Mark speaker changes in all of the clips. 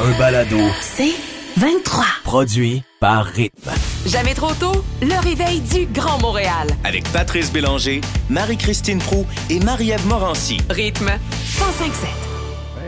Speaker 1: Un balado
Speaker 2: C'est 23.
Speaker 1: produit par Rythme.
Speaker 2: Jamais trop tôt, le réveil du Grand Montréal.
Speaker 3: avec Patrice Bélanger, Marie-Christine Prou et Marie-Ève Morancy.
Speaker 2: Rythme 105.7.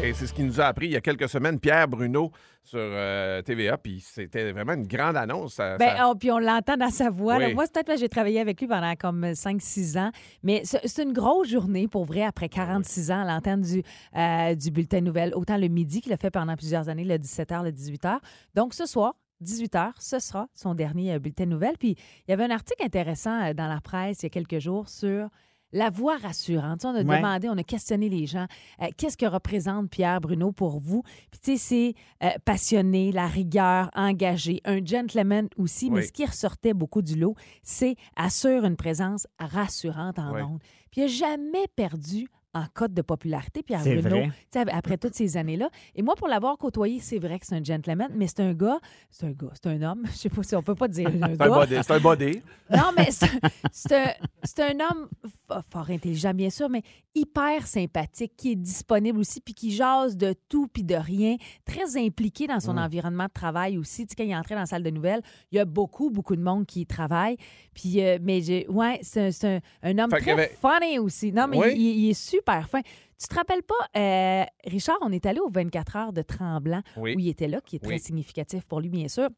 Speaker 4: Ben, c'est ce qu'il nous a appris il y a quelques semaines, Pierre Bruno, sur euh, TVA. Puis c'était vraiment une grande annonce. ça-
Speaker 5: Ben,
Speaker 4: ça-
Speaker 5: oh, puis on l'entend dans sa voix. là.
Speaker 4: Oui.
Speaker 5: Moi, c'est peut-être parce que j'ai travaillé avec lui pendant comme 5-6 ans. Mais c'est c'est une grosse journée, pour vrai, après 46 ans à l'antenne du, euh, du bulletin nouvelle. Autant le midi qu'il a fait pendant plusieurs années, le 17h, le 18h. Donc, ce soir, 18h, ce sera son dernier euh, bulletin nouvelle. Puis, il y avait un article intéressant euh, dans la presse il y a quelques jours sur la voix rassurante. Tu sais, On a
Speaker 6: Ouais.
Speaker 5: demandé, on a questionné les gens. euh, Qu'est-ce que représente Pierre Bruno pour vous? Puis, tu sais, c'est euh, passionné, la rigueur, engagé, un gentleman aussi. Mais
Speaker 4: Oui.
Speaker 5: ce qui ressortait beaucoup du lot, c'est assure une présence rassurante en
Speaker 4: Oui.
Speaker 5: ondes. Puis, il n'a jamais perdu en cote de popularité, Pierre
Speaker 6: C'est
Speaker 5: Bruno,
Speaker 6: vrai.
Speaker 5: tu sais, après toutes ces années-là. Et moi, pour l'avoir côtoyé, c'est vrai que c'est un gentleman, mais c'est un gars, c'est un gars, c'est un homme, je sais pas si on peut pas dire un
Speaker 4: C'est un
Speaker 5: gars.
Speaker 4: body. C'est un body.
Speaker 5: Non, mais c'est un- c'est un, c'est un homme fo- fort intelligent, bien sûr, mais hyper sympathique, qui est disponible aussi, puis qui jase de tout puis de rien, très impliqué dans son environnement de travail aussi. Tu sais, quand il est entré dans la salle de nouvelles, il y a beaucoup, beaucoup de monde qui y travaille. Puis, euh, mais j'ai- ouais, c'est un, c'est un- un homme
Speaker 4: Fait qu'il
Speaker 5: très
Speaker 4: y avait-
Speaker 5: funny aussi. Non, mais
Speaker 4: Oui.
Speaker 5: il, il- il est super fin. Tu te rappelles pas, euh, Richard, on est allé aux 24 heures de Tremblant,
Speaker 4: Oui.
Speaker 5: où il était là, qui est très
Speaker 4: Oui.
Speaker 5: significatif pour lui, bien sûr.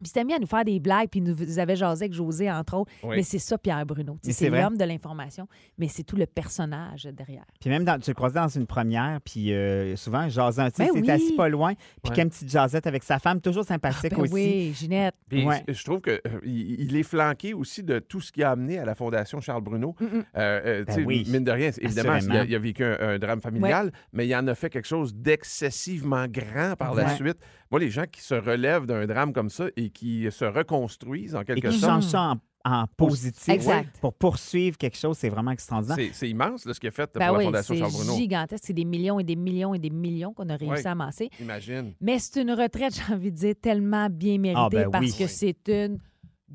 Speaker 5: Puis il s'était mis à nous faire des blagues, puis il nous avait jasé avec José, entre autres.
Speaker 4: Oui.
Speaker 5: Mais c'est ça, Pierre Bruno. Tu sais,
Speaker 6: Mais c'est
Speaker 5: C'est
Speaker 6: vrai.
Speaker 5: l'homme de l'information, mais c'est tout le personnage derrière.
Speaker 6: Puis même, dans, tu le croisais dans une première, puis euh, souvent, jasant, tu sais,
Speaker 5: Ben
Speaker 6: il
Speaker 5: oui.
Speaker 6: s'est assis pas loin, puis
Speaker 4: Ouais.
Speaker 6: qu'il y a une petite jasette avec sa femme, toujours sympathique
Speaker 5: Ben
Speaker 6: aussi.
Speaker 5: oui, Ginette.
Speaker 4: Puis
Speaker 6: Ouais.
Speaker 4: je trouve qu'il il est flanqué aussi de tout ce qui a amené à la Fondation Charles Bruno.
Speaker 5: Mm-mm.
Speaker 4: Euh, euh,
Speaker 6: Ben
Speaker 4: tu sais,
Speaker 6: oui.
Speaker 4: Mine de rien, c'est- évidemment, il
Speaker 6: Assurément.
Speaker 4: a, il a vécu un, un drame familial, mais il en a fait quelque chose d'excessivement grand par la
Speaker 6: Ouais.
Speaker 4: suite. Moi, les gens qui se relèvent d'un drame comme ça et qui se reconstruisent en
Speaker 6: Et
Speaker 4: quelque
Speaker 6: qui
Speaker 4: sorte,
Speaker 6: change ça en, en positif
Speaker 5: Exact.
Speaker 6: pour poursuivre quelque chose, c'est vraiment extraordinaire.
Speaker 4: c'est c'est immense là, ce qu'il a fait
Speaker 5: Ben
Speaker 4: pour
Speaker 5: oui,
Speaker 4: la Fondation Charles
Speaker 5: c'est
Speaker 4: Bruno.
Speaker 5: gigantesque. C'est des millions et des millions et des millions qu'on a réussi
Speaker 4: Oui.
Speaker 5: à amasser.
Speaker 4: Imagine.
Speaker 5: Mais c'est une retraite, j'ai envie de dire, tellement bien méritée
Speaker 6: Ah, ben oui.
Speaker 5: parce que
Speaker 6: Oui.
Speaker 5: c'est une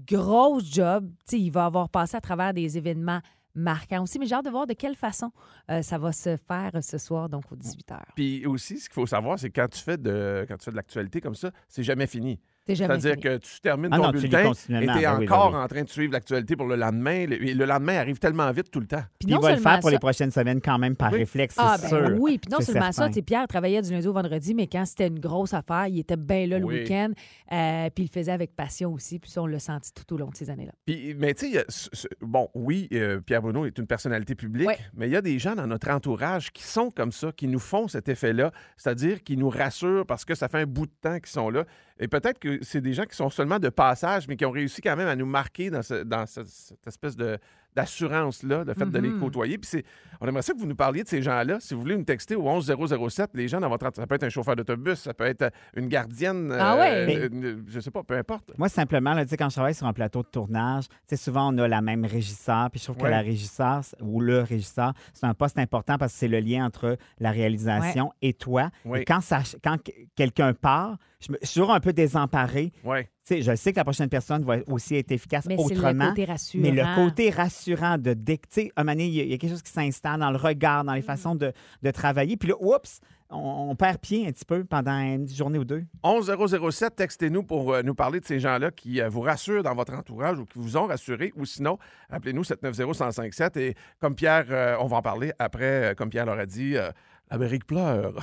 Speaker 5: grosse job. Tu sais, il va avoir passé à travers des événements marquants aussi, mais j'ai hâte de voir de quelle façon euh, ça va se faire euh, ce soir, donc aux 18 h.
Speaker 4: Puis aussi, ce qu'il faut savoir, c'est que quand tu fais de quand tu fais de l'actualité comme ça, c'est jamais fini.
Speaker 5: C'est jamais
Speaker 4: C'est-à-dire
Speaker 5: fini.
Speaker 4: que tu termines
Speaker 6: Ah
Speaker 4: ton
Speaker 6: non, tu lis
Speaker 4: bulletin et tu
Speaker 6: continuellement. Ben oui, ben
Speaker 4: encore
Speaker 6: oui.
Speaker 4: en train de suivre l'actualité pour le lendemain. Le, et le lendemain arrive tellement vite tout le temps.
Speaker 5: Puis
Speaker 6: Puis
Speaker 5: non
Speaker 6: il va le
Speaker 5: seulement
Speaker 6: faire pour
Speaker 5: ça-
Speaker 6: les prochaines semaines quand même par
Speaker 4: Oui.
Speaker 6: réflexe, c'est
Speaker 5: Ah, ben
Speaker 6: sûr.
Speaker 5: oui. Puis non
Speaker 6: C'est
Speaker 5: seulement ça,
Speaker 6: certain.
Speaker 5: tu sais, Pierre travaillait du lundi au vendredi, mais quand c'était une grosse affaire, il était bien là le
Speaker 4: Oui.
Speaker 5: week-end. Euh, puis il le faisait avec passion aussi. Puis ça, on l'a senti tout au long de ces années-là.
Speaker 4: Puis, mais tu sais, il y a ce- ce- bon, oui, euh, Pierre Bruno est une personnalité publique,
Speaker 5: Ouais.
Speaker 4: mais il y a des gens dans notre entourage qui sont comme ça, qui nous font cet effet-là, c'est-à-dire qui nous rassurent parce que ça fait un bout de temps qu'ils sont là. Et peut-être que c'est des gens qui sont seulement de passage, mais qui ont réussi quand même à nous marquer dans, ce- dans ce- cette espèce de d'assurance-là, le fait de les
Speaker 5: Mhm.
Speaker 4: côtoyer. Puis c'est- on aimerait ça que vous nous parliez de ces gens-là. Si vous voulez nous texter au 11007, les gens dans votre... ent- Ça peut être un chauffeur d'autobus, ça peut être une gardienne, euh,
Speaker 5: Ah ouais?
Speaker 4: une- je sais pas, peu importe.
Speaker 6: Moi, simplement, là, tu sais, quand je travaille sur un plateau de tournage, tu sais, souvent, on a la même régisseur. Puis je trouve
Speaker 4: Ouais.
Speaker 6: que la régisseur c- ou le régisseur, c'est un poste important parce que c'est le lien entre la réalisation et toi.
Speaker 4: Oui.
Speaker 6: Et quand, ça, quand que- quelqu'un part, je, me- je suis toujours un peu désemparée.
Speaker 4: Ouais.
Speaker 6: Tu sais, je sais que la prochaine personne va aussi être efficace
Speaker 5: Mais c'est le
Speaker 6: autrement.
Speaker 5: côté rassurant.
Speaker 6: Mais le côté rassurant de dès que, tu sais, un moment donné, il y, a- il y a quelque chose qui s'installe dans le regard,
Speaker 5: Mm.
Speaker 6: dans les façons de, de travailler. Puis là, oups, on, on perd pied un petit peu pendant une journée ou deux.
Speaker 4: 11007, textez-nous pour euh, nous parler de ces gens-là qui euh, vous rassurent dans votre entourage ou qui vous ont rassuré. Ou sinon, appelez-nous 790-1057. Et comme Pierre, euh, on va en parler après, euh, comme Pierre leur a dit, euh, l'Amérique pleure.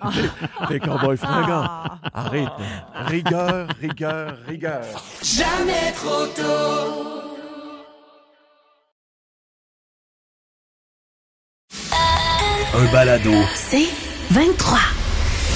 Speaker 5: Ah.
Speaker 4: les, les cowboys fringants. Arrête. Rigueur, rigueur, rigueur.
Speaker 1: Un balado
Speaker 2: C'est 23.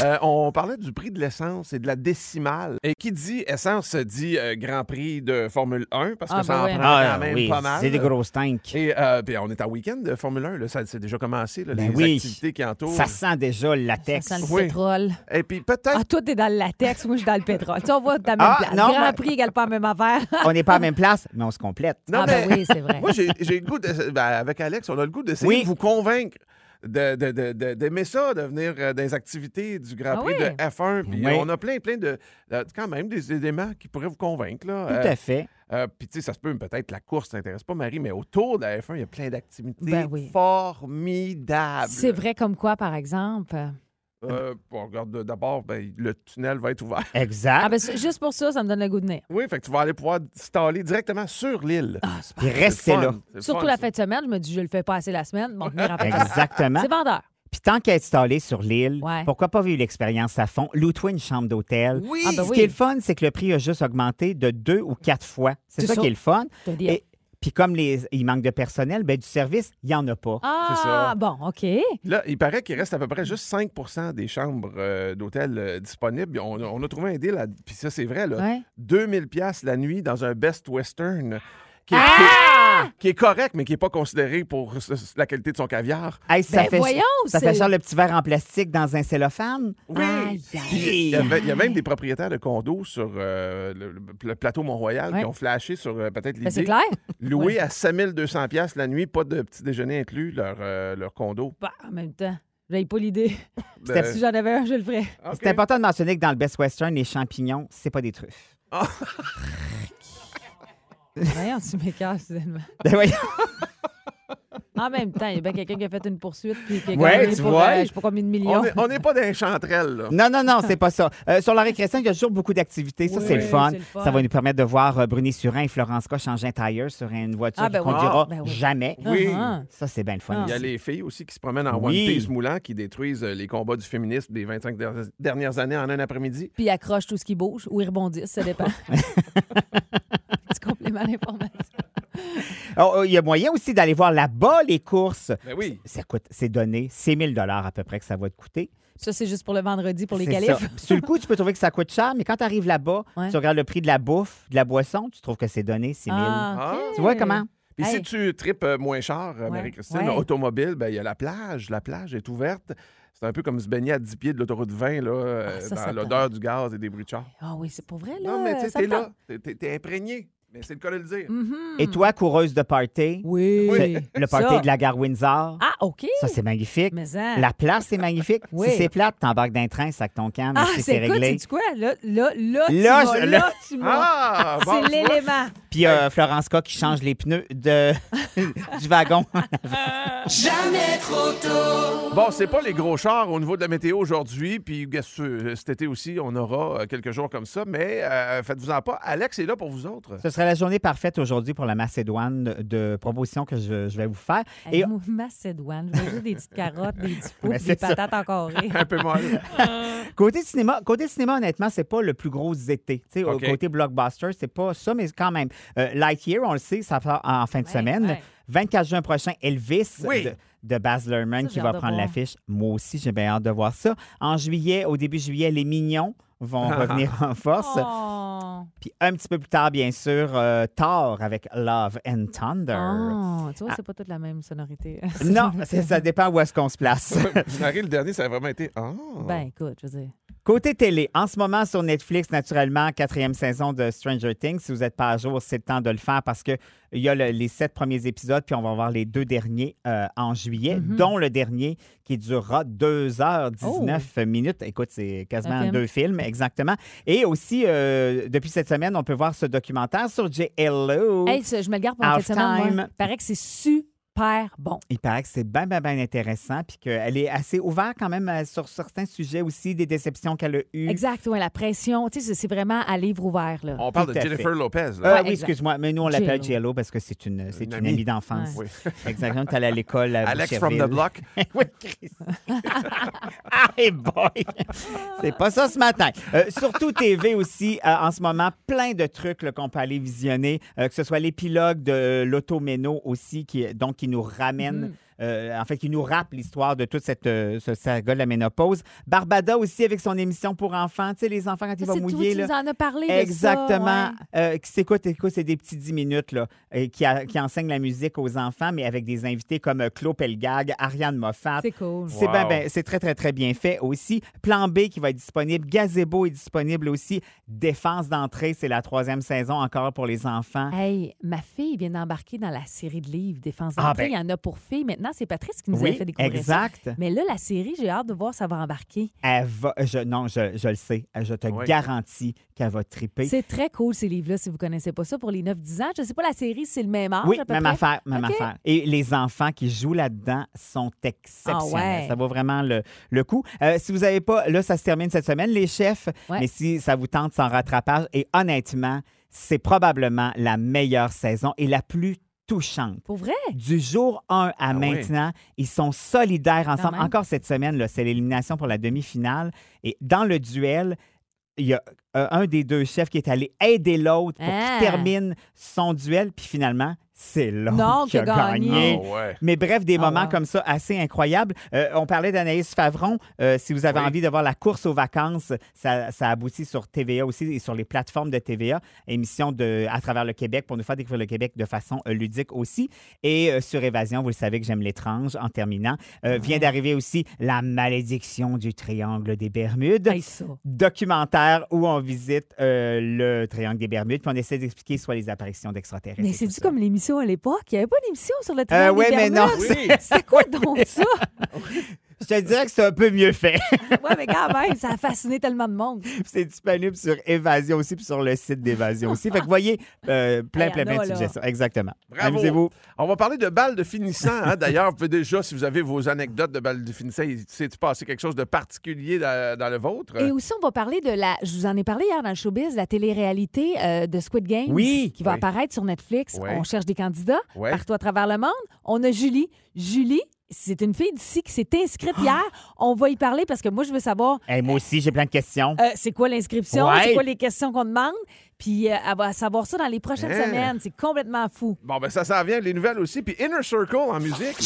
Speaker 4: Euh, on parlait du prix de l'essence et de la décimale. Et qui dit essence dit euh, Grand Prix de Formule 1 parce que
Speaker 5: Ah,
Speaker 4: ça
Speaker 5: ben
Speaker 4: en
Speaker 5: ouais.
Speaker 4: prend quand même pas mal.
Speaker 6: c'est des grosses tanks.
Speaker 4: Et euh, puis on est à week-end de Formule 1, là, ça c'est déjà commencé, là,
Speaker 6: Ben
Speaker 4: les
Speaker 6: oui.
Speaker 4: activités qui entourent.
Speaker 6: Ça sent déjà le
Speaker 5: Ça
Speaker 6: latex.
Speaker 5: sent le
Speaker 4: Oui.
Speaker 5: pétrole.
Speaker 4: Et puis peut-être,
Speaker 5: Ah, tout est dans le latex. Moi, je suis dans le pétrole. Tu sais, on voit dans la même
Speaker 6: Ah,
Speaker 5: place.
Speaker 6: non,
Speaker 5: Grand
Speaker 6: mais-
Speaker 5: Prix égale pas la même affaire.
Speaker 6: On n'est pas à la même place, mais on se complète.
Speaker 4: Non,
Speaker 5: ah, ben
Speaker 4: mais-
Speaker 5: oui, c'est vrai.
Speaker 4: moi j'ai j'ai le goût, de- ben, avec Alex, on a le goût d'essayer
Speaker 6: Oui.
Speaker 4: de vous convaincre de- de- de- de- d'aimer ça, de venir euh, des activités du
Speaker 5: Ah
Speaker 4: Grand Prix
Speaker 5: oui.
Speaker 4: de F1. Puis
Speaker 6: Ben Oui.
Speaker 4: on a plein, plein de, de- quand même, des éléments qui pourraient vous convaincre. Là.
Speaker 6: Tout à fait.
Speaker 4: Euh, euh, puis tu sais, ça se peut peut-être la course t'intéresse pas, Marie, mais autour de la F1, il y a plein d'activités
Speaker 5: Ben oui.
Speaker 4: formidables.
Speaker 6: Ah.
Speaker 5: C'est vrai comme quoi, par exemple? euh,
Speaker 4: Euh, bon, regarde, d'abord, ben, le tunnel va être ouvert.
Speaker 5: Ah,
Speaker 6: Exact.
Speaker 5: ben, c'est- juste pour ça, ça me donne le goût de venir.
Speaker 4: Oui, fait que tu vas aller pouvoir t'installer directement sur l'île.
Speaker 6: Puis
Speaker 4: C'est le
Speaker 6: restez
Speaker 4: fun.
Speaker 6: là.
Speaker 4: C'est le
Speaker 5: Surtout
Speaker 4: fun,
Speaker 5: la
Speaker 4: ça.
Speaker 5: fin de semaine, je me dis, je le fais pas assez la semaine. Bon, venir en fin de semaine.
Speaker 6: Ben, Exactement.
Speaker 5: Ah, ben, C'est vendeur.
Speaker 6: Puis tant qu'à être installé sur l'île,
Speaker 5: Ouais.
Speaker 6: pourquoi pas vivre l'expérience à fond? Loue-toi une chambre d'hôtel.
Speaker 5: Oui. Ah, ben
Speaker 6: Ce
Speaker 5: oui.
Speaker 6: qui est le fun, c'est que le prix a juste augmenté de deux ou quatre fois. C'est
Speaker 5: C'est
Speaker 6: ça
Speaker 5: ça.
Speaker 6: qui est le fun.
Speaker 5: T'as des-
Speaker 6: Et- Puis comme les, il manque de personnel, ben, du service, il n'y en a pas.
Speaker 5: Ah,
Speaker 4: C'est ça.
Speaker 5: bon, OK.
Speaker 4: Là, il paraît qu'il reste à peu près juste 5 des chambres euh, d'hôtel euh, disponibles. On, a- on a trouvé un deal, à- puis ça, c'est vrai, là.
Speaker 5: Ouais.
Speaker 4: 2000 pièces la nuit dans un Best Western qui est, qui est correct, mais qui n'est pas considéré pour ce- ce- la qualité de son caviar.
Speaker 6: Hey, ça
Speaker 5: Ben
Speaker 6: fait,
Speaker 5: voyons,
Speaker 6: ça
Speaker 5: c'est-
Speaker 6: fait genre le petit verre en plastique dans un cellophane.
Speaker 5: Aïe,
Speaker 4: Puis, Il y, avait- il y a même des propriétaires de condos sur euh, le, le- le plateau Mont-Royal
Speaker 5: Ouais.
Speaker 4: qui ont flashé sur euh, peut-être
Speaker 5: Ben, c'est
Speaker 4: l'idée.
Speaker 5: clair.
Speaker 4: Loué à 5200 pièces la nuit, pas de petit déjeuner inclus, leur, euh, leur condo.
Speaker 5: Bah, en même temps, j'avais pas l'idée.
Speaker 4: Ben,
Speaker 5: Si j'en avais un, je le ferais.
Speaker 4: OK.
Speaker 6: C'est important de mentionner que dans le Best Western, les champignons, c'est pas des truffes.
Speaker 5: Voyons, tu m'écartes soudainement.
Speaker 6: Ben voyons.
Speaker 5: En même temps, il y a bien quelqu'un qui a fait une poursuite puis qui a
Speaker 6: Ouais,
Speaker 5: gagné
Speaker 6: tu
Speaker 5: pour,
Speaker 6: vois.
Speaker 5: euh, je sais pas combien de millions.
Speaker 4: On est- on n'est pas d'un chanterelle, là.
Speaker 6: Non, non, non, c'est pas ça. Euh, sur la récréation, il y a toujours beaucoup d'activités. Ça,
Speaker 5: Oui,
Speaker 6: c'est le, fun.
Speaker 5: c'est le fun.
Speaker 6: Ça va nous permettre de voir euh, Bruni Surin et Florence Coche changer un tire sur une voiture
Speaker 5: Ah, ben
Speaker 6: qu'on
Speaker 5: oui.
Speaker 6: conduira
Speaker 5: Ah, ben oui.
Speaker 6: jamais.
Speaker 4: Oui.
Speaker 5: Ah,
Speaker 6: Ça, c'est bien le fun.
Speaker 5: Ah.
Speaker 4: Il y a
Speaker 6: aussi.
Speaker 4: les filles aussi qui se promènent en
Speaker 6: Oui.
Speaker 4: One Piece moulant, qui détruisent euh, les combats du féminisme des 25 der- dernières années en un après-midi.
Speaker 5: Puis ils accrochent tout ce qui bouge ou ils rebondissent, ça dépend. Petit complément d'information.
Speaker 6: Oh, oh, il y a moyen aussi d'aller voir là-bas les courses.
Speaker 4: Ben oui.
Speaker 6: Ça coûte, c'est donné, c'est 1000 dollars à peu près que ça va te coûter.
Speaker 5: Ça, c'est juste pour le vendredi, pour les
Speaker 6: C'est ça.
Speaker 5: califs.
Speaker 6: Puis Sur le coup, tu peux trouver que ça coûte cher, mais quand tu arrives là-bas,
Speaker 5: Ouais.
Speaker 6: tu regardes le prix de la bouffe, de la boisson, tu trouves que c'est donné 6000.
Speaker 5: Ah,
Speaker 4: Ah.
Speaker 5: OK.
Speaker 6: Tu vois comment?
Speaker 4: Puis
Speaker 5: Hey.
Speaker 4: si tu tripes euh, moins cher, euh,
Speaker 5: Ouais,
Speaker 4: Marie-Christine,
Speaker 5: ouais.
Speaker 4: automobile, ben, il y a la plage. La plage est ouverte. C'est un peu comme se baigner à 10 pieds de l'autoroute 20, là, euh,
Speaker 5: Ah, ça,
Speaker 4: dans
Speaker 5: ça
Speaker 4: l'odeur du gaz et des bruits de char.
Speaker 5: Ah oui, c'est pour vrai, là.
Speaker 4: Non, mais tu sais,
Speaker 5: ça
Speaker 4: t'es
Speaker 5: me tente.
Speaker 4: là. T'es- T'es t'es imprégné. Mais c'est le cas de le dire.
Speaker 5: Mhm.
Speaker 6: Et toi, coureuse de party,
Speaker 5: Oui.
Speaker 6: le party
Speaker 5: Ça.
Speaker 6: de la gare Windsor,
Speaker 5: Ah, OK.
Speaker 6: ça, c'est magnifique.
Speaker 5: Mais hein. ça.
Speaker 6: La place, c'est magnifique.
Speaker 5: Oui.
Speaker 6: Si c'est plate, t'embarques d'un train, sac ton camp,
Speaker 5: Ah,
Speaker 6: merci, c'est
Speaker 5: c'est écoute,
Speaker 6: réglé.
Speaker 5: c'est quoi? Là, là, là, tu
Speaker 6: Là,
Speaker 5: m'as,
Speaker 6: je-
Speaker 5: là, tu m'as.
Speaker 4: Ah, bon,
Speaker 5: c'est
Speaker 4: tu vois.
Speaker 5: l'élément.
Speaker 6: Puis euh, Florence K qui change les pneus de, du wagon.
Speaker 4: Bon, c'est pas les gros chars au niveau de la météo aujourd'hui, puis qu'est-ce que tu- cet été aussi, on aura euh, quelques jours comme ça, mais euh, faites-vous-en pas. Alex est là pour vous autres.
Speaker 6: Ce serait la journée parfaite aujourd'hui pour la Macédoine de propositions que je, je vais vous faire.
Speaker 5: Hey,
Speaker 6: Et
Speaker 5: moi, Macédoine, je veux juste des petites carottes, des petits pois,
Speaker 6: Mais
Speaker 5: puis
Speaker 6: c'est
Speaker 5: des
Speaker 6: ça.
Speaker 5: patates encore rires.
Speaker 4: Un peu molle.
Speaker 6: côté cinéma, côté cinéma, honnêtement, c'est pas le plus gros été. Tu sais, au
Speaker 4: OK.
Speaker 6: Côté blockbuster, c'est pas ça, mais quand même. Euh, Lightyear, on le sait, ça part en fin de
Speaker 5: Ouais,
Speaker 6: semaine.
Speaker 5: ouais.
Speaker 6: 24 juin prochain, Elvis
Speaker 4: Oui.
Speaker 6: de, de Baz Luhrmann
Speaker 5: Ça,
Speaker 6: qui
Speaker 5: j'ai
Speaker 6: va
Speaker 5: hâte de
Speaker 6: prendre
Speaker 5: voir.
Speaker 6: l'affiche. Moi aussi, j'ai bien hâte de voir ça. En juillet, au début juillet, les Mignons vont revenir en force.
Speaker 5: Oh.
Speaker 6: Puis un petit peu plus tard, bien sûr, euh, Thor avec Love and Thunder.
Speaker 5: Oh, tu vois,
Speaker 6: Ah.
Speaker 5: c'est pas toute la même sonorité.
Speaker 6: Non, c'est- ça dépend où est-ce qu'on se place.
Speaker 4: Marie, le dernier, ça a vraiment été. Ah.
Speaker 5: Ben, écoute, je veux dire.
Speaker 6: Côté télé, en ce moment sur Netflix, naturellement, quatrième saison de Stranger Things. Si vous n'êtes pas à jour, c'est le temps de le faire parce que il y a le- les sept premiers épisodes, puis on va voir les deux derniers euh, en juillet, dont le dernier qui durera 2h19 minutes. Écoute, c'est quasiment
Speaker 5: Un film.
Speaker 6: deux films, exactement. Et aussi, euh, depuis cette semaine, on peut voir ce documentaire sur JLO.
Speaker 5: Hey, ça, je me le garde pour la
Speaker 6: Half
Speaker 5: fin de semaine.
Speaker 6: time.
Speaker 5: moi. Il paraît que c'est super bon.
Speaker 6: Il paraît que c'est bien, bien, bien intéressant, puis qu'elle est assez ouverte quand même euh, sur certains sujets aussi, des déceptions qu'elle a eues.
Speaker 5: Exact, ouais, la pression, tu sais, c'est- c'est vraiment à livre ouvert, là.
Speaker 4: On parle
Speaker 6: Tout
Speaker 4: de
Speaker 6: à fait.
Speaker 4: Jennifer Lopez.
Speaker 6: Euh,
Speaker 4: Là.
Speaker 5: Ouais, exact.
Speaker 6: oui, excuse-moi, mais nous, on l'appelle
Speaker 5: Jello.
Speaker 6: Jello parce que c'est une, c'est
Speaker 4: Une
Speaker 6: une,
Speaker 4: amie.
Speaker 6: amie, d'enfance.
Speaker 4: Oui.
Speaker 6: Exactement, tu allé à l'école. à
Speaker 4: Alex from the
Speaker 6: Boucherville.
Speaker 4: block.
Speaker 6: oui, Chris. hey boy! C'est pas ça ce matin. Euh, surtout TV aussi, euh, en ce moment, plein de trucs là, qu'on peut aller visionner, euh, que ce soit l'épilogue de l'Automéno aussi, qui, donc qui nous ramène.
Speaker 5: Mm-hmm.
Speaker 6: euh, en fait, qui nous rappelle l'histoire de toute cette euh, ce saga de la ménopause. Barbada aussi avec son émission pour enfants. Tu sais, les enfants, quand
Speaker 5: Ça,
Speaker 6: ils vont
Speaker 5: c'est toi
Speaker 6: mouiller.
Speaker 5: qui
Speaker 6: là.
Speaker 5: nous en a parlé. de ça,
Speaker 6: Exactement.
Speaker 5: ouais.
Speaker 6: Euh, qui- c'est quoi, t'es- quoi, c'est des petits 10 minutes là, euh, qui, a- qui enseignent la musique aux enfants, mais avec des invités comme euh, Claude Pelgag, Ariane Moffat.
Speaker 5: C'est cool.
Speaker 6: C'est
Speaker 4: Wow.
Speaker 6: ben, ben, c'est très, très, très bien fait aussi. Plan B qui va être disponible. Gazebo est disponible aussi. Défense d'entrée, c'est la troisième saison encore pour les enfants.
Speaker 5: Hey, ma fille vient d'embarquer dans la série de livres Défense
Speaker 6: Ah,
Speaker 5: d'entrée.
Speaker 6: ben.
Speaker 5: Il y en a pour filles. Maintenant, maintenant. C'est Patrice qui nous a
Speaker 6: oui,
Speaker 5: fait découvrir ça.
Speaker 6: exact.
Speaker 5: Mais là, la série, j'ai hâte de voir ça va embarquer.
Speaker 6: Elle va- je, non, je, je le sais. Je te
Speaker 4: Oui.
Speaker 6: garantis qu'elle va triper.
Speaker 5: C'est très cool, ces livres-là, si vous connaissez pas ça, pour les 9-10 ans. Je sais pas, la série, c'est le même âge
Speaker 6: Oui,
Speaker 5: à peu
Speaker 6: même
Speaker 5: près?
Speaker 6: affaire, même
Speaker 5: OK.
Speaker 6: affaire. Et les enfants qui jouent là-dedans sont exceptionnels.
Speaker 5: Ah ouais.
Speaker 6: Ça vaut vraiment le, le coup. Euh, si vous n'avez pas, là, ça se termine cette semaine, les chefs.
Speaker 5: Ouais.
Speaker 6: Mais si ça vous tente sans rattrapage, et honnêtement, c'est probablement la meilleure saison et la plus touchante.
Speaker 5: Pour vrai?
Speaker 6: Du jour 1 à
Speaker 4: oui.
Speaker 6: maintenant, ils sont solidaires ensemble.
Speaker 5: même.
Speaker 6: Encore cette semaine, là, c'est l'élimination pour la demi-finale. Et dans le duel, il y a euh, un des deux chefs qui est allé aider l'autre pour
Speaker 5: Ah.
Speaker 6: qu'il termine son duel. Puis finalement, c'est l'autre
Speaker 5: Non,
Speaker 6: qui a
Speaker 5: qui a gagné.
Speaker 6: gagné.
Speaker 4: Ah ouais.
Speaker 6: Mais bref, des
Speaker 5: Ah,
Speaker 6: moments
Speaker 5: wow.
Speaker 6: comme ça assez incroyables. Euh, on parlait d'Anaïs Favron. Euh, si vous avez
Speaker 4: Oui.
Speaker 6: envie de voir la course aux vacances, ça, ça aboutit sur TVA aussi et sur les plateformes de TVA, émission de, à travers le Québec pour nous faire découvrir le Québec de façon euh, ludique aussi. Et euh, sur Évasion, vous le savez que j'aime l'étrange en terminant.
Speaker 5: Ah.
Speaker 6: Euh, Vient d'arriver aussi La malédiction du triangle des Bermudes
Speaker 5: Hey, ça.
Speaker 6: documentaire où on visite euh, le triangle des Bermudes, puis on essaie d'expliquer soit les apparitions d'extraterrestres.
Speaker 5: Mais
Speaker 6: et
Speaker 5: c'est
Speaker 6: tout
Speaker 5: du
Speaker 6: ça. Euh,
Speaker 5: comme l'émission à l'époque. Il n'y avait pas d'émission sur le triangle
Speaker 6: ouais,
Speaker 5: des
Speaker 6: mais
Speaker 5: Bermudes.
Speaker 6: non,
Speaker 4: Oui.
Speaker 5: C'est quoi donc ça?
Speaker 6: Je te dirais que c'est un peu mieux fait.
Speaker 5: Oui, mais quand même, ça a fasciné tellement de monde.
Speaker 6: Puis c'est disponible sur Évasion aussi, puis sur le site d'Évasion aussi. Fait que voyez, euh, plein,
Speaker 5: Hey,
Speaker 6: plein, plein
Speaker 5: Anna,
Speaker 6: de
Speaker 5: là.
Speaker 6: suggestions. Exactement.
Speaker 4: Bravo.
Speaker 6: Amusez-vous.
Speaker 4: On va parler de balles de finissant. hein. D'ailleurs, vous pouvez déjà, si vous avez vos anecdotes de balles de finissant, il s'est-il passé quelque chose de particulier dans, dans le vôtre?
Speaker 5: Et aussi, on va parler de la. Je vous en ai parlé hier dans le showbiz, la télé-réalité euh, de Squid Game.
Speaker 6: Oui.
Speaker 5: Qui va
Speaker 4: Oui.
Speaker 5: apparaître sur Netflix.
Speaker 4: Oui.
Speaker 5: On cherche des candidats
Speaker 4: Oui.
Speaker 5: partout à travers le monde. On a Julie. Julie, c'est une fille d'ici qui s'est
Speaker 4: Ah!
Speaker 5: inscrite hier. On va y parler parce que moi, je veux savoir.
Speaker 6: Hey, moi aussi, j'ai plein de questions.
Speaker 5: euh, c'est quoi l'inscription?
Speaker 6: Ouais.
Speaker 5: C'est quoi les questions qu'on demande? Puis euh, elle va savoir ça dans les prochaines
Speaker 4: Hein.
Speaker 5: semaines. C'est complètement fou.
Speaker 4: Bon, ben ça s'en vient, les nouvelles aussi. Puis Inner Circle en musique.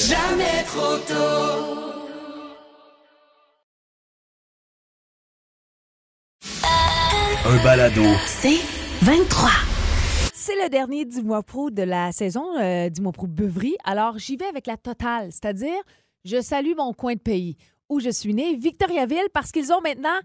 Speaker 1: Un balado.
Speaker 2: C'est 23.
Speaker 5: C'est le dernier du mois pro de la saison euh, du mois pro Beuvry. Alors, j'y vais avec la totale, c'est-à-dire je salue mon coin de pays où je suis née, Victoriaville, parce qu'ils ont maintenant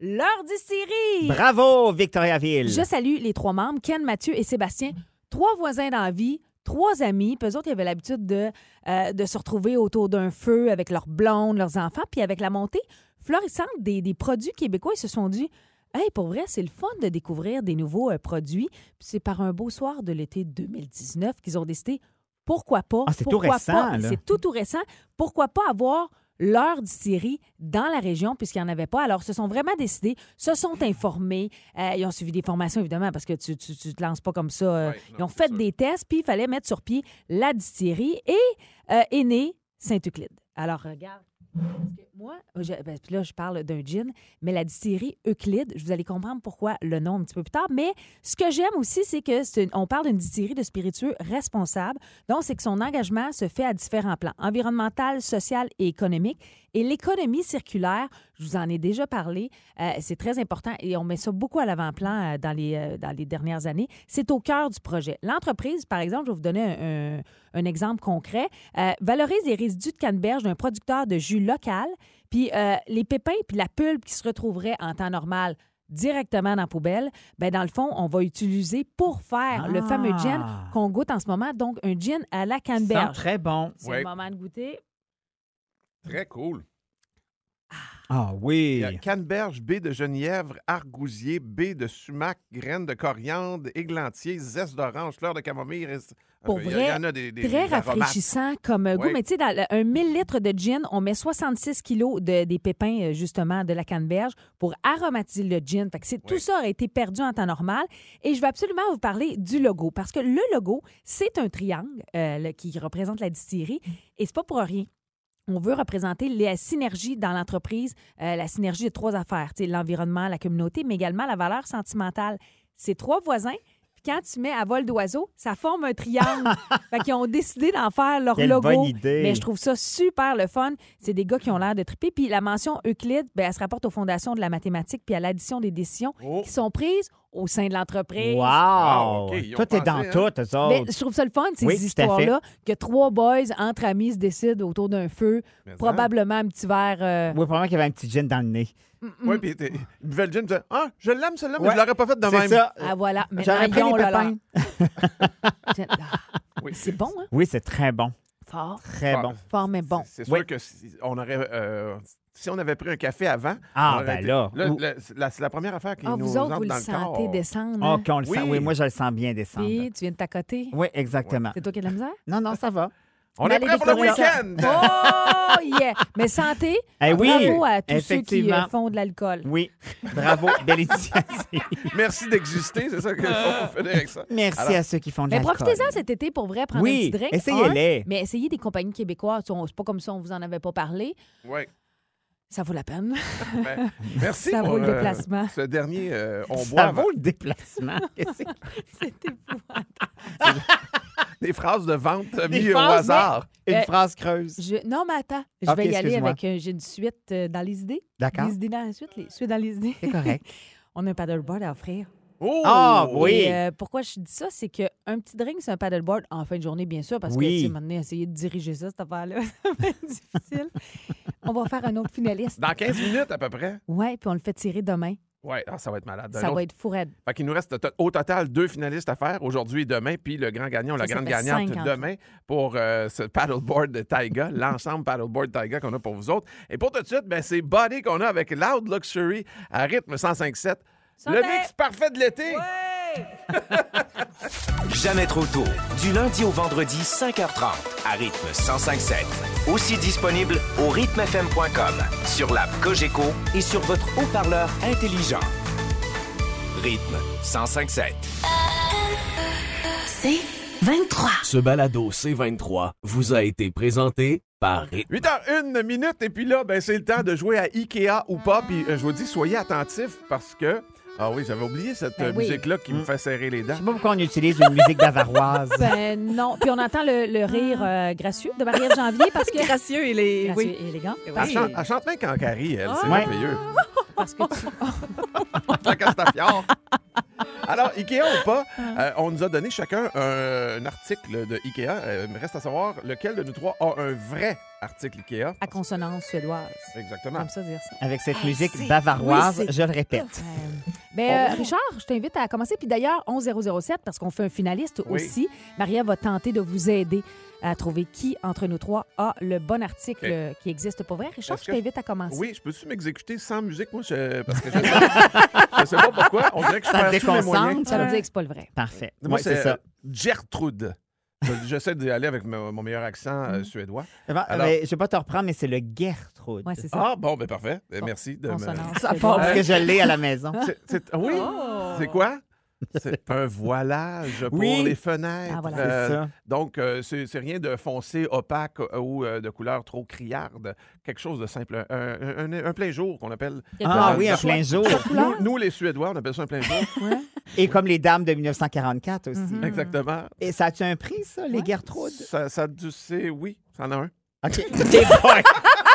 Speaker 5: leur distillerie.
Speaker 6: Bravo, Victoriaville.
Speaker 5: Je salue les trois membres, Ken, Mathieu et Sébastien, trois voisins d'envie, trois amis. Puis eux autres, ils avaient l'habitude de, euh, de se retrouver autour d'un feu avec leurs blondes, leurs enfants. Puis avec la montée florissante des, des produits québécois, ils se sont dit Hey, pour vrai, c'est le fun de découvrir des nouveaux euh, produits. Puis c'est par un beau soir de l'été 2019 qu'ils ont décidé pourquoi pas.
Speaker 6: Ah, c'est tout
Speaker 5: pourquoi
Speaker 6: récent,
Speaker 5: pas-
Speaker 6: là.
Speaker 5: C'est tout, tout récent. Pourquoi pas avoir leur distillerie dans la région puisqu'il n'y en avait pas. Alors, se sont vraiment décidés, se sont informés. euh, ils ont suivi des formations, évidemment, parce que tu ne te lances pas comme ça. euh,
Speaker 4: Ouais, non,
Speaker 5: ils ont
Speaker 4: c'est
Speaker 5: fait
Speaker 4: sûr.
Speaker 5: des tests, puis il fallait mettre sur pied la distillerie et euh, est né Saint-Euclide. Alors, regarde. Parce que Moi, je, ben, puis là, je parle d'un gin, mais la distillerie Euclide, je vous allez comprendre pourquoi le nom un petit peu plus tard. Mais ce que j'aime aussi, c'est que c'est une- on parle d'une distillerie de spiritueux responsable. Donc, c'est que son engagement se fait à différents plans environnemental, social et économique. Et l'économie circulaire, je vous en ai déjà parlé, euh, c'est très important et on met ça beaucoup à l'avant-plan euh, dans, les, euh, dans les dernières années. C'est au cœur du projet. L'entreprise, par exemple, je vais vous donner un, un- un exemple concret, euh, valorise les résidus de canneberge d'un producteur de jus local, puis euh, les pépins, puis la pulpe qui se retrouveraient en temps normal directement dans la poubelle, ben dans le fond, on va utiliser pour faire le
Speaker 6: Ah.
Speaker 5: fameux gin qu'on goûte en ce moment, donc un gin à la
Speaker 6: Sent
Speaker 5: canneberge.
Speaker 6: Très bon.
Speaker 5: C'est
Speaker 4: Ouais.
Speaker 5: le moment de goûter.
Speaker 4: Très cool.
Speaker 6: Ah
Speaker 4: Il
Speaker 6: oui.
Speaker 4: y a canneberge, baie de genièvre, argousier, baie de sumac, graines de coriandre, églantier, zeste d'orange, fleur de camomille. reste-
Speaker 5: Pour
Speaker 4: il y,
Speaker 5: vrai,
Speaker 4: en a des, des-
Speaker 5: Très
Speaker 4: des aromates.
Speaker 5: rafraîchissant comme goût.
Speaker 4: Oui.
Speaker 5: Mais tu sais, dans le- un 1000 litres de gin, on met 66 kilos de, des pépins, euh, justement, de la canneberge pour aromatiser le gin. Fait que c'est- Tout ça aurait été perdu en temps normal. Et je vais absolument vous parler du logo parce que le logo, c'est un triangle euh, le- qui représente la distillerie et c'est pas pour rien. On veut représenter la synergie dans l'entreprise, euh, la synergie de trois affaires, tu sais, l'environnement, la communauté, mais également la valeur sentimentale. C'est trois voisins. puis Quand tu mets à vol d'oiseau, ça forme un triangle. fait qu'ils ont décidé d'en faire leur
Speaker 6: Quelle
Speaker 5: logo.
Speaker 6: bonne idée.
Speaker 5: Mais je trouve ça super le fun. C'est des gars qui ont l'air de triper. Puis la mention Euclide, ben, elle se rapporte aux fondations de la mathématique puis à l'addition des décisions
Speaker 4: Oh.
Speaker 5: qui sont prises au sein de l'entreprise.
Speaker 4: Ah,
Speaker 6: Wow!
Speaker 4: OK, ils ont
Speaker 6: Tout est
Speaker 4: pensé,
Speaker 6: dans
Speaker 4: hein.
Speaker 6: tout, eux autres.
Speaker 5: Mais je trouve ça le fun, ces
Speaker 6: Oui, tout à
Speaker 5: histoires-là, que trois boys entre amis se décident autour d'un feu,
Speaker 4: Mais ça.
Speaker 5: probablement un petit verre. euh,
Speaker 6: Oui, probablement qu'il y avait un petit gin dans le nez.
Speaker 5: hmm.
Speaker 4: Oui, puis t'es- ils buvaient le gin, ils disaient, Ah, je l'aime celle-là, mais
Speaker 6: Ouais.
Speaker 4: je l'aurais pas faite de
Speaker 6: C'est
Speaker 4: même.
Speaker 6: ça.
Speaker 5: Ah voilà,
Speaker 6: Euh,
Speaker 5: mais
Speaker 6: J'aurais pris les pépins.
Speaker 5: C'est
Speaker 4: Oui.
Speaker 5: bon, hein?
Speaker 6: Oui, c'est très bon.
Speaker 5: Fort.
Speaker 6: Très
Speaker 4: Ah,
Speaker 6: bon.
Speaker 5: Fort, mais bon.
Speaker 4: C'est sûr
Speaker 6: Oui.
Speaker 4: que si on aurait. euh, si on avait pris un café avant.
Speaker 6: Ah,
Speaker 4: on aurait
Speaker 6: ben
Speaker 4: été-
Speaker 6: là.
Speaker 4: là,
Speaker 6: Ou-
Speaker 4: la- c'est la, c'est la première affaire qui
Speaker 5: Ah,
Speaker 4: nous
Speaker 5: vous autres,
Speaker 4: entre
Speaker 5: vous le
Speaker 4: dans le
Speaker 5: sentez
Speaker 4: corps.
Speaker 5: descend.
Speaker 6: Oh, qu'on le sent.
Speaker 4: Oui.
Speaker 6: Oui, moi, je le sens bien descendre.
Speaker 5: Puis tu viens de t'accoter.
Speaker 6: Oui, exactement.
Speaker 5: C'est toi qui as de la misère?
Speaker 6: Non, non, ça va.
Speaker 4: On est
Speaker 5: Allez,
Speaker 4: prêt pour le
Speaker 5: découvrir ça.
Speaker 4: week-end!
Speaker 5: Oh, yeah! Mais santé,
Speaker 6: Eh oui,
Speaker 5: bravo à tous ceux qui
Speaker 6: effectivement. Mm,
Speaker 5: euh, font de l'alcool.
Speaker 6: Oui, bravo, belle initiative.
Speaker 4: Merci d'exister, c'est ça que je finir avec ça.
Speaker 6: Merci
Speaker 4: Alors-
Speaker 6: à ceux qui font de
Speaker 5: Mais
Speaker 6: l'alcool.
Speaker 5: Ben, profitez-en cet été pour vrai, prendre
Speaker 6: Oui,
Speaker 5: un petit drink.
Speaker 6: essayez-les.
Speaker 5: un, Mais essayez des compagnies québécoises. On- C'est pas comme ça, on vous en avait pas parlé.
Speaker 4: Ouais.
Speaker 5: Ça vaut la peine.
Speaker 4: Ben, merci
Speaker 5: Ça
Speaker 4: pour,
Speaker 5: vaut le
Speaker 4: euh,
Speaker 5: déplacement.
Speaker 4: ce dernier, euh,
Speaker 5: Ah.
Speaker 4: on boit
Speaker 6: Ça
Speaker 4: avant-
Speaker 6: vaut le déplacement. Qu'est-ce que
Speaker 5: C'est épouvantable.
Speaker 4: des phrases de vente euh,
Speaker 6: Des
Speaker 4: mis au
Speaker 6: phrases,
Speaker 4: hasard.
Speaker 6: c'est? Une
Speaker 5: Euh,
Speaker 6: phrase creuse.
Speaker 5: Je- Non, mais attends, je
Speaker 6: Ok,
Speaker 5: vais y aller
Speaker 6: excuse-moi.
Speaker 5: avec. euh, J'ai une suite euh, dans les idées.
Speaker 6: D'accord.
Speaker 5: Les idées dans la suite, les suites dans les idées.
Speaker 6: C'est correct.
Speaker 5: On a un paddleboard à offrir.
Speaker 4: Oh!
Speaker 6: Ah, oui.
Speaker 5: Et, euh, pourquoi je dis ça? C'est qu'un petit drink, c'est un paddleboard en fin de journée, bien sûr, parce
Speaker 6: Oui.
Speaker 5: que, tu sais, maintenant, essayer de diriger ça, cette affaire-là, ça va être difficile. on va faire un autre finaliste.
Speaker 4: Dans 15 minutes à peu près.
Speaker 5: Ouais, puis on le fait tirer demain.
Speaker 4: Ouais, ah, ça va être malade. Un
Speaker 5: ça
Speaker 4: autre-
Speaker 5: va être fourré.
Speaker 4: Fait qu'il nous reste to- au total deux finalistes à faire aujourd'hui et demain, puis le grand gagnant, ou la
Speaker 5: Ça, ça
Speaker 4: grande
Speaker 5: fait
Speaker 4: gagnante
Speaker 5: cinq en
Speaker 4: demain pour euh, ce paddleboard de Taiga, l'ensemble paddleboard Taiga qu'on a pour vous autres. Et pour tout de suite, ben, c'est Body qu'on a avec Loud Luxury à rythme 105.7. Le
Speaker 5: Santé!
Speaker 4: mix parfait de l'été.
Speaker 3: Jamais trop tôt. Du lundi au vendredi, 5h30, à rythme 1057. Aussi disponible au rythmefm.com, sur l'app Cogeco et sur votre haut-parleur intelligent. Rythme 1057.
Speaker 2: C'est 23.
Speaker 1: Ce balado C23 vous a été présenté par Rythme.
Speaker 4: 8h01 minute et puis là, ben, c'est le temps de jouer à Ikea ou
Speaker 5: Ah.
Speaker 4: pas. Puis euh, je vous dis, soyez attentifs parce que... Ah oui, j'avais oublié cette
Speaker 5: Ben
Speaker 4: euh,
Speaker 5: oui.
Speaker 4: musique-là qui me fait serrer les
Speaker 6: Je
Speaker 4: dents.
Speaker 6: sais pas pourquoi on utilise une musique bavaroise.
Speaker 5: Ben non. Puis on entend le, le rire euh, gracieux de Marie-Ève Janvier parce que.
Speaker 7: Ah. gracieux et les.
Speaker 5: Gracieux
Speaker 7: Oui.
Speaker 5: et élégant.
Speaker 4: Elle
Speaker 5: Parce,
Speaker 4: chante, elle chante bien quand Carrie, elle, c'est
Speaker 6: Ouais.
Speaker 4: merveilleux.
Speaker 5: parce que tu-
Speaker 4: Jean Castafiore. Alors, Ikea ou pas,
Speaker 5: Ah.
Speaker 4: euh, on nous a donné chacun un, un article de Ikea. Euh, il me reste à savoir lequel de nous trois a un vrai article Ikea.
Speaker 5: à consonance suédoise.
Speaker 6: Ah.
Speaker 4: Exactement.
Speaker 5: Comme ça, dire ça.
Speaker 6: Avec cette musique
Speaker 7: c'est-
Speaker 6: bavaroise,
Speaker 7: oui, c'est-
Speaker 6: je le répète.
Speaker 4: Oh.
Speaker 5: Ben, euh, Richard, je t'invite à commencer. Puis d'ailleurs, 11007, parce qu'on fait un finaliste
Speaker 4: Oui.
Speaker 5: aussi, Maria va tenter de vous aider à trouver qui, entre nous trois, a le bon article
Speaker 4: Ok.
Speaker 5: euh, qui existe pour vrai. Richard,
Speaker 4: Est-ce
Speaker 5: je
Speaker 4: que-
Speaker 5: t'invite à commencer.
Speaker 4: Oui, je peux-tu m'exécuter sans musique, moi? Je... Parce que je je sais pas pourquoi. On dirait que je
Speaker 6: Ça
Speaker 4: perds tous mes moyens.
Speaker 6: déconcentre.
Speaker 5: Ça veut dire que c'est pas le vrai.
Speaker 6: Parfait.
Speaker 4: Moi,
Speaker 6: Ouais,
Speaker 4: c'est
Speaker 6: c'est ça.
Speaker 4: Gertrude. Je- J'essaie d'y aller avec mon mon meilleur accent
Speaker 5: Mm.
Speaker 4: euh, suédois.
Speaker 6: Bon,
Speaker 4: Alors-
Speaker 6: mais je vais pas te reprendre, mais c'est le Gertrude.
Speaker 5: Oui, c'est ça.
Speaker 4: Ah, bon, ben parfait. Euh, Merci de me...
Speaker 5: Consonance
Speaker 7: Ça
Speaker 5: suédoise.
Speaker 4: Ah.
Speaker 6: Parce que je l'ai à la maison.
Speaker 5: Ah.
Speaker 4: C'est- c'est- ah Oui,
Speaker 5: Oh!
Speaker 4: c'est quoi? C'est un voilage pour
Speaker 6: Oui.
Speaker 4: les fenêtres.
Speaker 5: Ah, voilà.
Speaker 6: C'est
Speaker 4: Euh,
Speaker 6: ça.
Speaker 4: Donc, euh, c'est c'est rien de foncé, opaque euh, ou euh, de couleur trop criarde. Quelque chose de simple. Un, un- un- un plein jour qu'on appelle.
Speaker 5: Quelle
Speaker 6: Ah
Speaker 4: couleur?
Speaker 6: oui,
Speaker 4: un
Speaker 6: en
Speaker 4: Choix.
Speaker 6: plein jour.
Speaker 5: couleur?
Speaker 4: Nous, nous, les Suédois, on appelle ça un plein jour.
Speaker 5: Ouais.
Speaker 6: Et comme les dames de 1944 aussi.
Speaker 5: Mm-hmm.
Speaker 4: Exactement.
Speaker 6: Et ça a-tu un prix, ça, les Gertrudes?
Speaker 4: Ça, ça a dû- c'est oui, ça en a un.
Speaker 6: OK. Des points.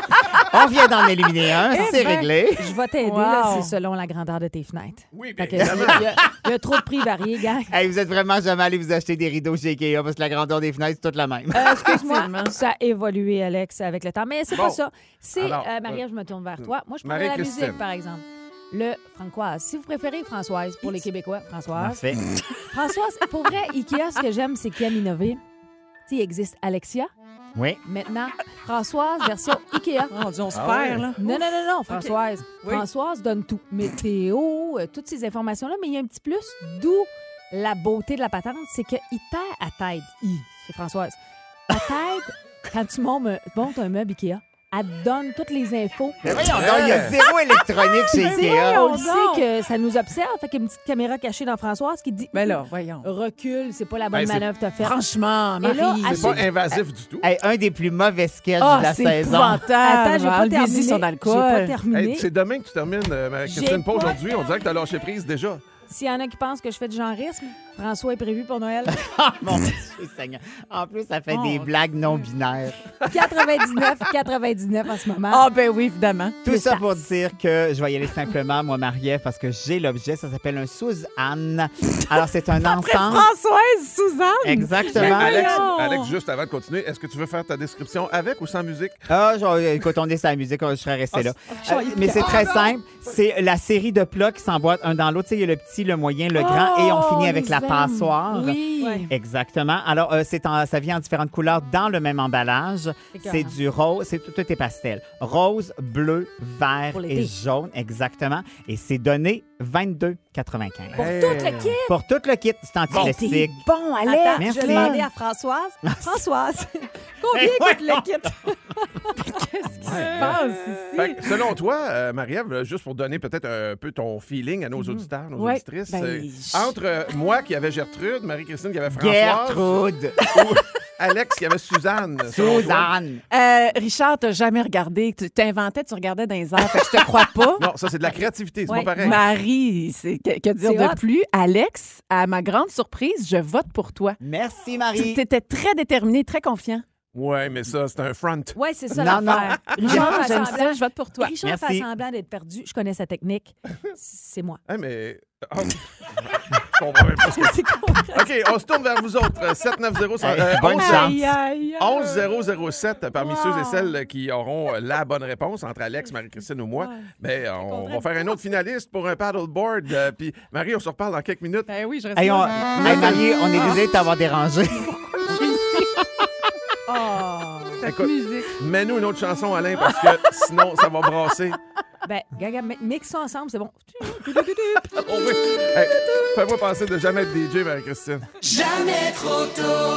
Speaker 6: On vient d'en éliminer un,
Speaker 5: Eh
Speaker 6: c'est
Speaker 5: ben.
Speaker 6: réglé.
Speaker 5: Je vais t'aider,
Speaker 7: Wow.
Speaker 5: là, c'est selon la grandeur de tes fenêtres.
Speaker 4: Oui, bien
Speaker 5: Fait que,
Speaker 4: évidemment.
Speaker 5: il y a- il y a trop de prix variés, gars.
Speaker 6: Hey, vous êtes vraiment jamais allé vous acheter des rideaux chez Ikea parce que la grandeur des fenêtres, c'est toute la même.
Speaker 5: Euh, Excuse-moi, ça a évolué, Alex, avec le temps. Mais c'est
Speaker 4: Bon.
Speaker 5: pas ça. C'est,
Speaker 4: Alors,
Speaker 5: euh, Maria, je me tourne vers toi. Moi, je prendrais la
Speaker 4: Marie-Christine.
Speaker 5: musique, par exemple. Le Francoise. Si vous préférez Françoise, pour les Québécois, Françoise.
Speaker 6: Parfait.
Speaker 5: Françoise, pour vrai, Ikea, ce que j'aime, c'est qu'il aime innover. Tu sais, il existe Alexia.
Speaker 6: Oui.
Speaker 5: Maintenant, Françoise, version Ikea.
Speaker 7: Oh, Dieu, on se
Speaker 4: Ah
Speaker 7: perd,
Speaker 4: ouais.
Speaker 7: là.
Speaker 5: Non, non, non, non, Françoise.
Speaker 7: Oui.
Speaker 5: Françoise donne tout. Météo, euh, toutes ces informations-là, mais il y a un petit plus, d'où la beauté de la patente, c'est qu'il t'aide à tête. I, c'est Françoise. À tête, quand tu montes, montes un meuble Ikea, elle te donne toutes les infos.
Speaker 6: Mais voyons donc, il y a zéro électronique chez
Speaker 5: Tu sais,
Speaker 6: Ikea.
Speaker 5: on le
Speaker 7: donc.
Speaker 5: sait que ça nous observe. Fait qu'il y a une petite caméra cachée dans Françoise qui dit
Speaker 7: Ben là,
Speaker 6: Euh,
Speaker 7: voyons.
Speaker 5: recule, c'est pas la bonne
Speaker 4: Ben, c'est-
Speaker 5: manœuvre que t'as faite.
Speaker 7: Franchement, Marie.
Speaker 5: là, à
Speaker 4: C'est pas invasif du
Speaker 5: Eh,
Speaker 4: tout.
Speaker 6: Hey, un des plus mauvais sketchs
Speaker 7: Ah,
Speaker 6: de la
Speaker 7: c'est
Speaker 6: saison.
Speaker 7: épouvantable.
Speaker 5: Attends, j'ai pas
Speaker 7: Enlevez-y
Speaker 5: terminé.
Speaker 7: son
Speaker 5: J'ai pas
Speaker 7: alcool.
Speaker 5: terminé.
Speaker 4: Hey, c'est demain que tu termines, euh, Marie-Christine.
Speaker 5: J'ai
Speaker 4: Pas
Speaker 5: pas-
Speaker 4: aujourd'hui. On dirait que tu as lâché prise déjà.
Speaker 5: S'il y en a qui pensent que je fais du genreisme, François est prévu pour Noël.
Speaker 6: Mon Dieu, Seigneur. En plus, ça fait
Speaker 7: Oh.
Speaker 6: des blagues non binaires.
Speaker 5: 99, 99 en ce moment.
Speaker 7: Ah, ben oui, évidemment.
Speaker 6: Tout
Speaker 5: Plus
Speaker 6: ça
Speaker 5: taxe.
Speaker 6: pour dire que je vais y aller simplement, moi, Marie-Ève, parce que j'ai l'objet. Ça s'appelle un Suzanne. Alors, c'est un ensemble.
Speaker 7: Françoise, Suzanne.
Speaker 6: Exactement.
Speaker 4: Alex,
Speaker 7: voyons!
Speaker 4: Alex, juste avant de continuer, est-ce que tu veux faire ta description avec ou sans musique?
Speaker 6: Ah, genre, écoute, on est sur la musique, je serais resté
Speaker 5: Ah,
Speaker 6: là. Euh, mais c'est très simple. C'est la série de plats qui s'emboîtent un dans l'autre. Tu sais, il y a le petit, le moyen, le grand, et on
Speaker 5: Oh,
Speaker 6: finit
Speaker 5: on
Speaker 6: avec
Speaker 5: les
Speaker 6: la
Speaker 5: aime.
Speaker 6: passoire.
Speaker 5: Oui. Ouais.
Speaker 6: Exactement. Alors, euh, c'est en- ça vient en différentes couleurs dans le même emballage. C'est
Speaker 5: écœurant.
Speaker 6: du rose, c'est tout, tout est pastel. Rose, bleu, vert
Speaker 5: Pour l'été.
Speaker 6: et jaune, exactement. Et c'est donné 22,95.
Speaker 4: Hey.
Speaker 6: Pour tout le kit, c'est
Speaker 2: C'est
Speaker 6: anti-plastique.
Speaker 2: bon,
Speaker 5: Attends,
Speaker 2: Alex.
Speaker 6: Merci.
Speaker 5: je vais demander à Françoise. Françoise, combien
Speaker 6: Ben
Speaker 5: coûte le
Speaker 6: voyons.
Speaker 5: kit?
Speaker 7: passe ici.
Speaker 4: Fait que, selon toi, euh, Marie-Ève, euh, juste pour donner peut-être un peu ton feeling à nos auditeurs, nos
Speaker 7: Ouais,
Speaker 4: auditrices,
Speaker 7: ben,
Speaker 4: euh,
Speaker 7: je-
Speaker 4: entre euh, moi qui avait Gertrude, Marie-Christine qui avait François,
Speaker 6: Gertrude,
Speaker 4: ou Alex qui avait Suzanne. selon toi?
Speaker 6: Suzanne.
Speaker 7: Euh, Richard, t'as jamais regardé. Tu t'inventais, tu regardais dans les airs. Fait que je te crois pas.
Speaker 4: Non, ça, c'est de la créativité, c'est
Speaker 5: Ouais.
Speaker 4: pas pareil.
Speaker 7: Marie, c'est que, que dire
Speaker 5: C'est
Speaker 7: de
Speaker 5: hot.
Speaker 7: plus? Alex, à ma grande surprise, je vote pour toi.
Speaker 6: Merci,
Speaker 7: Tu
Speaker 6: Marie.
Speaker 7: étais très déterminé, très confiant.
Speaker 4: Ouais, mais ça, c'est un front.
Speaker 5: Oui, c'est ça
Speaker 6: Non,
Speaker 5: l'affaire.
Speaker 7: Richard,
Speaker 5: fait
Speaker 7: j'aime
Speaker 5: semblant-
Speaker 7: ça, je vote pour toi.
Speaker 5: Richard
Speaker 6: Merci.
Speaker 5: fait semblant d'être perdu. Je connais sa technique. C'est moi.
Speaker 4: Hein, mais. Ah, je comprends même pas ce que- OK, on se tourne vers vous autres. Euh, 790
Speaker 6: Hey,
Speaker 4: euh,
Speaker 6: bonne
Speaker 4: 11
Speaker 6: chance.
Speaker 7: Aïe, aïe, aïe.
Speaker 4: 11007 parmi ceux et celles qui auront euh, la bonne réponse entre Alex, Marie-Christine ou moi. Mais euh, on va faire un autre finaliste pour un paddleboard. euh, Puis Marie, on se reparle dans quelques minutes.
Speaker 7: Ben oui, je reste
Speaker 6: Hey, on,
Speaker 7: là.
Speaker 6: hey, Marie, on est désolé de t'avoir dérangé.
Speaker 7: Cette
Speaker 4: écoute.
Speaker 7: musique.
Speaker 4: Mets-nous une autre chanson, Alain, parce que sinon, ça va brasser.
Speaker 5: Ben, gaga, mi- mixe ça ensemble, c'est bon.
Speaker 4: Oh oui. Hey, Fais-moi penser de jamais être DJ, Marie-Christine.
Speaker 2: Jamais trop tôt.